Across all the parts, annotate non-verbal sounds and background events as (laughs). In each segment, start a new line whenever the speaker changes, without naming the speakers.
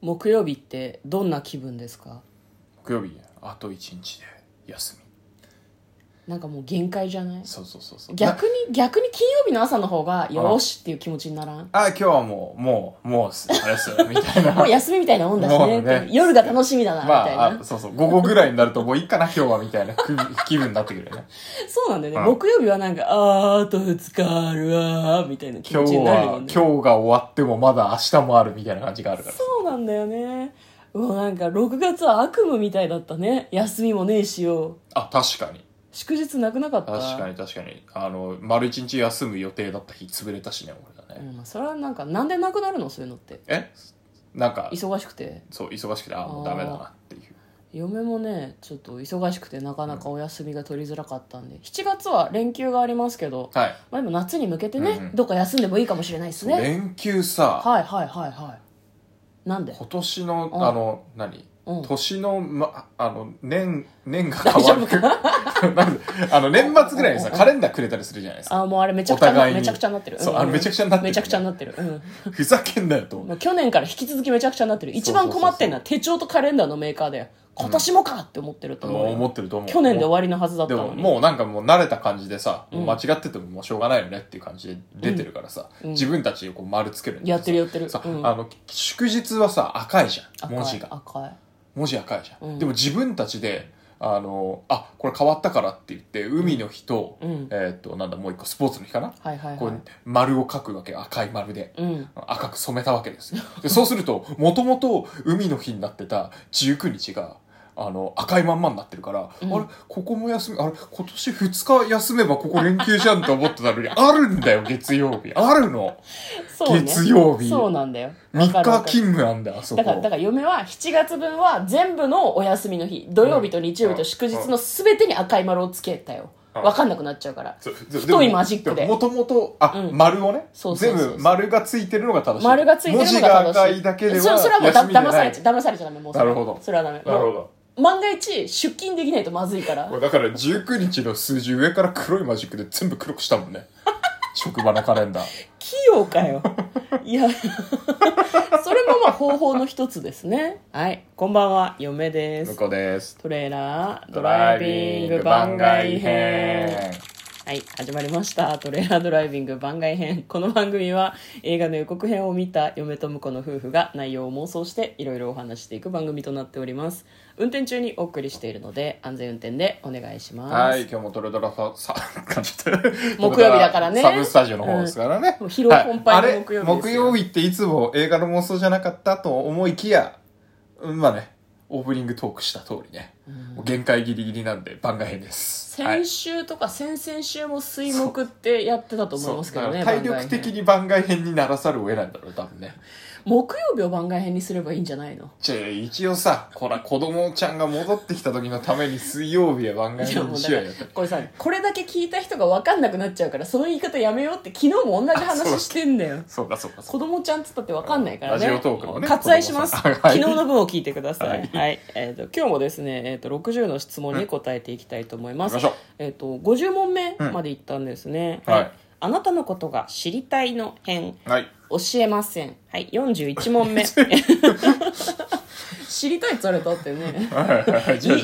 木曜日ってどんな気分ですか
木曜日あと一日で休
なんかもう限界じゃない
みそうそうそうそう
逆に逆に金曜日の朝の方が
ん
よしっていう気持ちにならん
あ今日はもうもうもうすあれっすよみたいな
もう (laughs) 休みみたいなもんだし
も
ね
うね
って夜が楽しみだなみ
ま
たいな、
ああそうそう午後ぐらいになるともういいかな今日はみたいなく気分になってくるよね
そうなんだよね、
うん
木曜日はなんかあーあと2日あるわーみたいな (laughs) 気
今
持
日
ちになるよ
は、
ね
今日が終わってもまだ明日もあるみたいな感じがあるから
そうなんだよねもうなんか6月は悪夢みたいだったね休みもねえしよ
あ確かに
祝日なくなかった
確かに確かにあの丸一日休む予定だった日潰れたしね俺だね、
うんまあ、それはなんかなんでなくなるのそういうのって
えなんか
忙しくて
そう忙しくてあもうダメだなっていう
嫁もねちょっと忙しくてなかなかお休みが取りづらかったんで、7月は連休がありますけど、
はい、
まあ、でも夏に向けてね、
うんうん
どっか休んでもいいかもしれないですね
連休さ、
はいはいはいはいなんで
今年の、
うん
あの何、
うん
年の,、ま、あの年年が
大丈
変わ
夫
る (laughs) なんであの年末ぐらいにさ
うん
カレンダーくれたりするじゃないですか
あもうあれめちゃくち
お
ゃ
互いに
めちゃくちゃになってる
そうあれめちゃくちゃになってる
めちゃくちゃになってるうん
ふざけんなよと
もう去年から引き続きめちゃくちゃになってる一番困ってんのは手帳とカレンダーのメーカーで今年もかって思ってると思うよ、
思ってると思う
去年で終わりのはずだった
で
の
も
に
もうなんかもう慣れた感じでさ、
うん
間違っててももうしょうがないよねっていう感じで出てるからさ、
うん
自分たちでこう丸つけるんだけど
やってる
さ
やってる
さ、
うん
あの祝日はさ赤いじゃん
赤い
文字が
赤い
文字赤いじゃん、
うん
でも自分たちであのあこれ変わったからって言って海の日と、
うん
えーっとなんだもう一個スポーツの日かな、
はいはい
こ
は
う
い
丸を書くわけ赤い丸で、
うん
赤く染めたわけですよでそうするともともと海の日になってた19日があの赤いまんまになってるから、
うん
あれここも休みあれ今年2日休めばここ連休じゃんと思ってたのにあるんだよ月曜日あるの
そうね
月曜日
そうなんだよ
3日
わかるわ
勤
かる
務なんだよあそこ
だからだから嫁は7月分は全部のお休みの日土曜日と日曜日と祝日の全てに赤い丸をつけたよ
うん
分かんなくなっちゃうから
そうそう
太いマジックで
もともとあ、
うん
丸をね
そうそうそうそう
全部丸がついてるのが正しい
丸がついてるのが
文字が赤
正しい
いだけでは
そそれはもうだ
休みじゃ
騙さ
ない
れちゃ騙されちゃダメもうそれ
なるほど
それはダメ
なるほ
も
ど
う万が一出勤できないとまずいから
これだから19日の数字上から黒いマジックで全部黒くしたもん
(laughs)
ね職場のカレンダー
器用かよいやそれもまあ方法の一つですねはいこんばんは嫁で
向
す
こうです
トレーラードライビング番外編はい始まりましたトレーラードライビング番外編この番組は映画の予告編を見た嫁と婿の夫婦が内容を妄想していろいろお話ししていく番組となっております運転中にお送りしているので安全運転でお願いします、
はい今日もトレドラささ感じて
(laughs) 木曜日だからね
サブスタジオの方ですからね、
うんもう疲労困憊の
はい
木曜日ですよ
あれ木曜日っていつも映画の妄想じゃなかったと思いきやうんまあねオープニングトークした通りね、もう限界ギリギリなんで番外編ですは
先
い
週とか先々週も水木ってやってたと思いますけどね
そうだから体力
番外編
的に番外編にならざるを得ないんだろう多分ね
木曜日を番外編にすればいいんじゃないの
じゃあ一応さこら子供ちゃんが戻ってきた時のために水曜日は番外
いや
編
も
に
う
しよ
だ
う
か
よ
らこれさこれだけ聞いた人が分かんなくなっちゃうからその言い方やめようって昨日も同じ話してんだよ
そうかそうか
子
そうか
供ちゃんっつったって分かんないからね
ラジオトークのね
割愛します
子供
昨
さんはい
日の分を聞いてください、は
はい
えー、と今日もですね、えー、と60の質問に答えていきたいと思います、
行きましょう
えー、と50問目
うん
までいったんですね、
はい
あなたのことが知りたいの編
はい
教えませんはい41問
(laughs)
目知りたいって言われたって
(laughs)
ね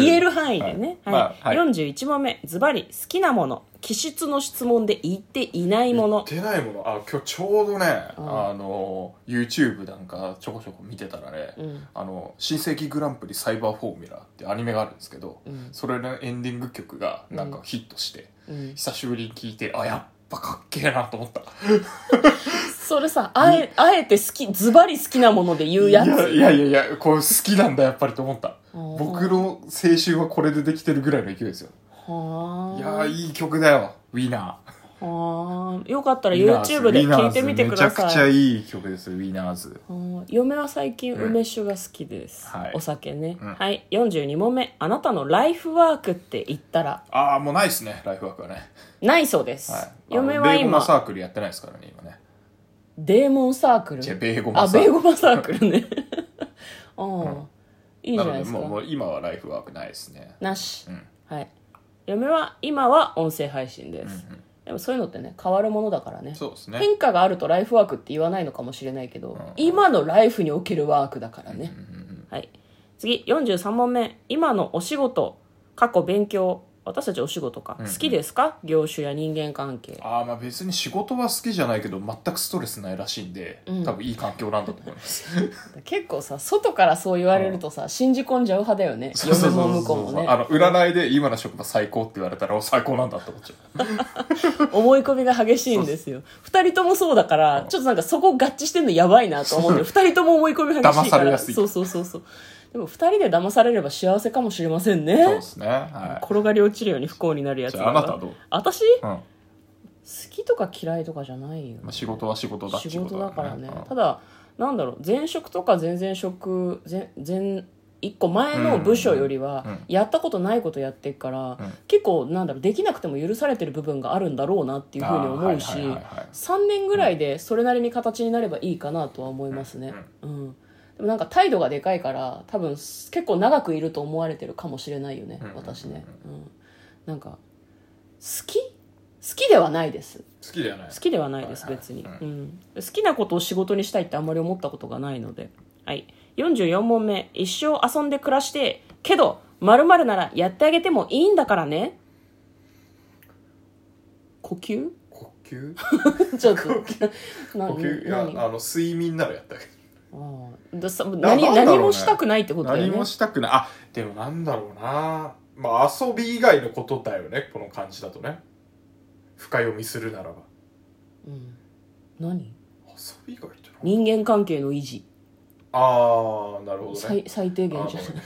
い言える範囲でね、
は
はいい
まあはい
41問目ズバリ好きなもの気質の質問で言っていないもの
出ないものあ今日ちょうどね
うん
あの YouTube なんかちょこちょこ見てたらね
うん
「あの新世紀グランプリサイバーフォーミュラ」ってアニメがあるんですけど
うん
それのエンディング曲がなんかヒットして
うん
久しぶりに聴いてあやっぱかっけえなと思った
それさあえあえて好きズバリ好きなもので言う
い
や
や
つ
いやいやいやこれ好きなんだやっぱりと思った
うん
僕の青春はこれでできてるぐらいの勢いですよ
はい
や
あ
ーいい曲だよウィナー
はあよかったら
ウィナーズ
YouTube で聞いてみて
ウィ
く
ナーズ
だ
めちゃくちゃ
さい
いい曲ですウィナーズ
うん嫁は最近
うん
梅酒が好きです、
はい
お酒ね、
うん
はい42問目あなたのライフワークって言ったら
ああもうないですねライフワークはね、
ないそうです、
はい、
嫁は
あのベーゴマサ
今
ークルやってないですからね今ね
デーモンサークル
じゃベーゴマ
あ
サー
ベ
ク
ー
ル
ゴマサークルね
(laughs)
ああ、いいじゃ
な
ないで
のですもうも
か
う今はライフワークないですね
なし
う、ん
はい嫁は今は音声配信です、
うん
でもそういうのってね変わるものだからね
そうですね
変化があるとライフワークって言わないのかもしれないけど、
ん
今のライフにおけるワークだからね、
うんうん
はい、次43問目今のお仕事過去勉強私たちお仕事か、
んうん
好きですか業種や人間関係
ああまあ別に仕事は好きじゃないけど全くストレスないらしいんで、多分いい環境なんだと思います
結構さ外からそう言われるとさ、信じ込んじゃう派だよね
そうそ
(laughs) 嫁
うそう
も
そう
向こうもね
あの占いで今の職場最高って言われたらお最高なんだって思っちゃう
思い込みが激しいんですよ二人ともそうだからちょっとなんかそこ合致してんのやばいなと思って二人とも思い込み激しいから
騙されやすい
そうそうそうそうでも二人で騙されれば幸せかもしれません
そう
ね
ですねはい
転がり落ちるように不幸になるやつ
じ
だ
ゃあ
か
あ
ら
なたはどう、うん
私好
ま
きとか嫌いとかじゃないよ
あ、仕事は仕事だって
仕事だからね
うん
ただなんだろう前職とか前々職前前一個前の部署より
うんうん
はやったことないことやってるから、
うん
結構なんだろうできなくても許されてる部分があるんだろうなっていうふうに思うし、
あーはいはいはいはい
3年ぐらいでそれなりに形になればいいかなとは思いますね、うんでもなんか態度がでかいから多分結構長くいると思われてるかもしれないよね、
うんうんうん
私ね、うん、なんか好き好きではないです
好きじゃない
好きではないです
はいはい
別に、
う
うん好きなことを仕事にしたいってあんまり思ったことがないので、はい、44問目一生遊んで暮らしてけどまるならやってあげてもいいんだからね呼
(laughs)
吸
呼吸
ちょっとな
呼吸いや
(laughs)
あ
何あ
の睡眠ならやったけど
あださ
なん
何
だろうね
何もしたくないってことだよ
何
ね
もしたくないあでもなんだろうなまあ遊び以外のことだよねこの感じだとね深読みするならば
うん、何
遊び以外ってな
人間関係の維持、
ああなるほどね
最最低限
あの
じゃない
義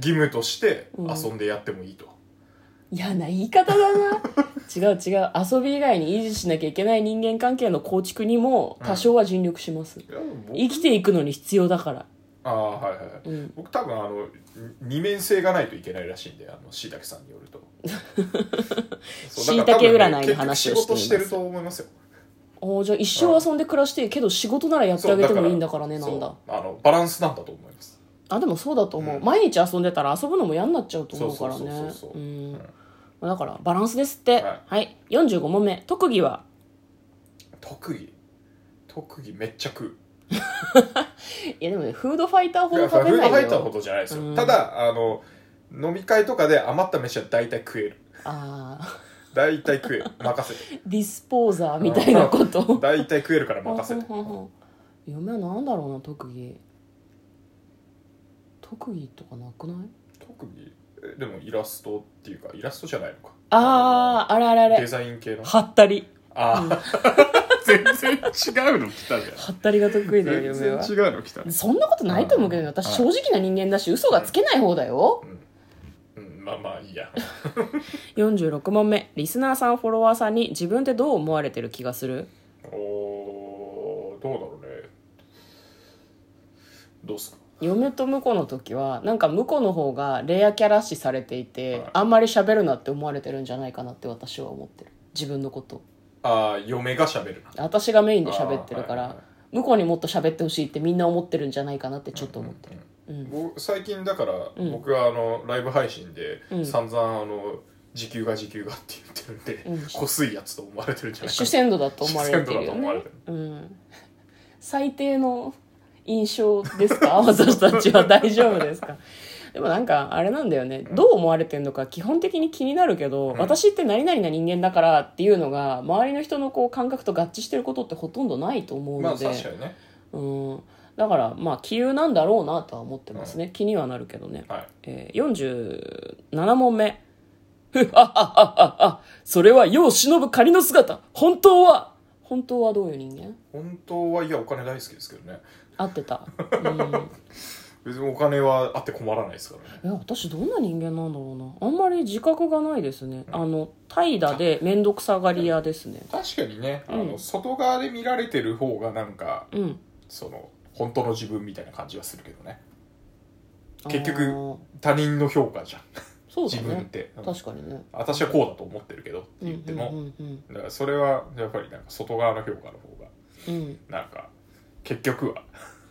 務として
うん
遊んでやってもいいと、
嫌な言い方だ
(laughs)
な違う違う遊び以外に維持しなきゃいけない人間関係の構築にも多少は尽力します、
いや僕
生きていくのに必要だから
ああはいはいはい
うん
僕多分あの二面性がないといけないらしいんであのしいたけさんによるとそうだから多
(laughs)
分
椎茸占いの話をしています
結局仕事してると思いますよ
おーじゃあ一生遊んで暮らしてけど仕事ならやってあげてもいいんだからねな
そうん
だ
あのバランスなんだと思います
あでもそうだと思う、
うん
毎日遊んでたら遊ぶのも嫌になっちゃうと思うから
そうそうそう
ね
そうそう
う
うんん
まあだからバランスですって
は
はい、45問目特技は
特技特技めっちゃ食う
いやでもねフードファイターほ
い
ど
やフ
食べ
ード
な
ファ
い
イターほ
よ
どじゃないですよ、
うん
ただあの飲み会とかで余った飯は大体食える
ああ
大体
(laughs)
食える任せる
ディスポーザーみたいな
(laughs)
ことを
大体食えるから任せる
ほんほんほん嫁はなんだろうな特技特技とかなくない
特技えでもイラストっていうかイラストじゃないのか
あああれあれあ
デ
れ
ザイン系の
はったり
ああ (laughs) 全然違うの来たじゃん
はったりが得意だよ
全
嫁
然
は
違うの来たね
そんなことないと思うけどね私正直な人間だし嘘がつけない方だよ
うんまあまあいいや
46問目リスナーさんフォロワーさんに自分ってどう思われてる気がする
おーどうだろうねどうっすか
嫁と婿の時はなんか婿の方がレアキャラ視されていて
はい
あんまり喋るなって思われてるんじゃないかなって私は思ってる自分のこと
ああ嫁が喋るな
私がメインで喋ってるか
あーはい
ら
はい
向こうにもっと喋ってほしいってみんな思ってるんじゃないかなってちょっと思ってるうん
僕最近だから、
うん
僕はあのライブ配信で
うん
散々あの時給が時給がって言ってるん
う
で、
ん
こすいやつと思われてるんじゃないか
主
な
戦度だと思われてる
主戦度だと
よ
思われ
ね
てる、
うん、最低の印象ですか
(laughs)
私たちは大丈夫ですかでもなんかあれなんだよね、どう思われてるのか基本的に気になるけど、
ん
私って何々な人間だからっていうのが周りの人のこう感覚と合致してることってほとんどないと思う
ま
の
あ
で、
確かにね
うん、だからまあ杞憂なんだろうなとは思ってますね、気にはなるけどね、
はい
えー、47問目。 (laughs) ふっあ、あ、あ、あ、あ、それは世を忍ぶ仮の姿。本当は、本当はどういう人間
本当はいやお金大好きですけどね
合ってた。うん。
別にお金はあって困らないですからね
いや、私どんな人間なんだろうな。あんまり自覚がないですね。あの、怠惰でめんどくさがり屋ですね。
確かにね、あ
う
の外側で見られてる方がなんか
うん。
その本当の自分みたいな感じはするけどね
あー
結局、他人の評価じゃん
そうだ
自分っ
ね。
て、うん
確かにね。
私はこうだと思ってるけどって言っても、
うんうんうん
だからそれはやっぱりなんか外側の評価の方が
うん、うん。
なんか結局は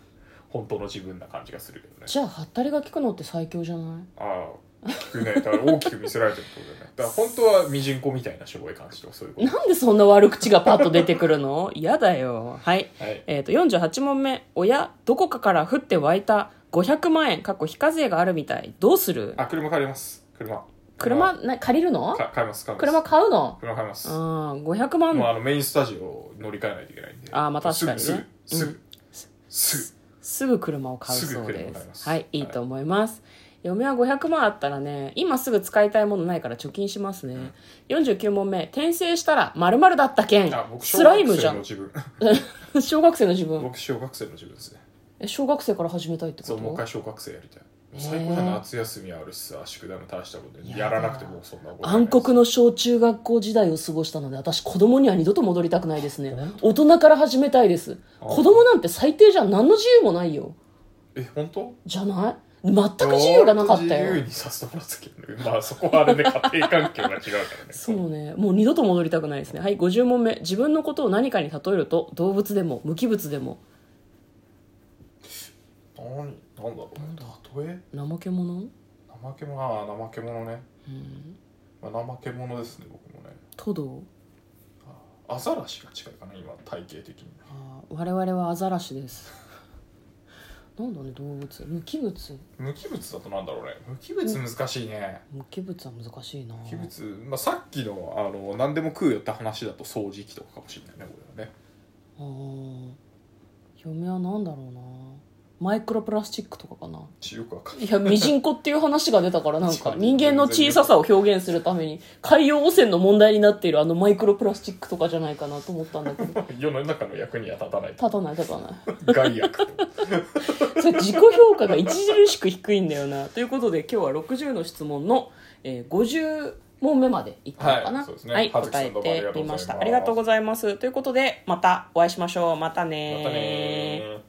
(laughs) 本当の自分な感じがするけどね
じゃあ、はったりが効くのって最強じゃない
ああ聞くねだから大きく見せられてるってことだよねだから本当はミジンコみたいなしょぼい感じとかそういうこと
なんでそんな悪口がパッと出てくるの嫌だよ。はい。
はい
えっ、と、48問目。親、どこかから降って湧いた500万円、かっこ非課税があるみたい。どうする
あ車借ります車
車、な、借りるの
か買います買います
車買うの
車買います
う
も
ん、500
う
万、
あのメインスタジオを乗り換えないといけないんであ
あーまあ確かにね
すぐす
う
ぐすぐす
すぐ車を買うそう
すぐ車を
で。
買いますす
はい、いいと思います。嫁は500万あったらね、今すぐ使いたいものないから貯金しますね。49問目。転生したら〇〇だったけん
ぐあ。僕
ス
小
ライ
学
ムじ
生
ゃ
の
ん。
自分 (laughs)
小学生の自分。
僕小学生の自分ですね
え小学生から始めたいってこ
そう
と
もう一回小学生やりたい
ー
最高じゃん夏休みあるしさ宿題も大したことで
やだ
やらなくてもうそんなことない
暗黒の小中学校時代を過ごしたので私子供には二度と戻りたくないですね大人から始めたいです
あ
子供なんて最低じゃん何の自由もないよ
え本当
じゃない全く自由がなかった
自由
よ
にさせてもらったけど (laughs) ねまあそこはあれで家庭環境が違うからね
そうねもう二度と戻りたくないですねはい50問目自分のことを何かに例えると動物でも無機物でも
何なんだろうね例え
怠け者
怠け者ああ怠け者ね、まあ、怠け者ですね僕もね
トド
アザラシが近いかな今体型的に
あー我々はアザラシですなんだね動物無機物
無機物だとなんだろうね無機物難しいね
無機物は難しいな
無機物、まあ、さっきのあの何でも食うよって話だと掃除機とかかもしれないねこれはね
あー嫁は何だろうなマイクロプラスチックとかかな
よくわかんない
いやミジンコっていう話が出たからなん
そう
か人間の小ささを表現するために海洋汚染の問題になっているあのマイクロプラスチックとかじゃないかなと思ったんだけど
世の中の役には立たない
立たない立たない
害悪と
それ自己評価が著しく低いんだよなということで今日は60の質問の、えー50問目までいったのかな
はいそうですね葉月さ
答え
んどうもありが
て
とうござい
み
ます
ましたありがとうございますということでまたお会いしましょうまたね
またねー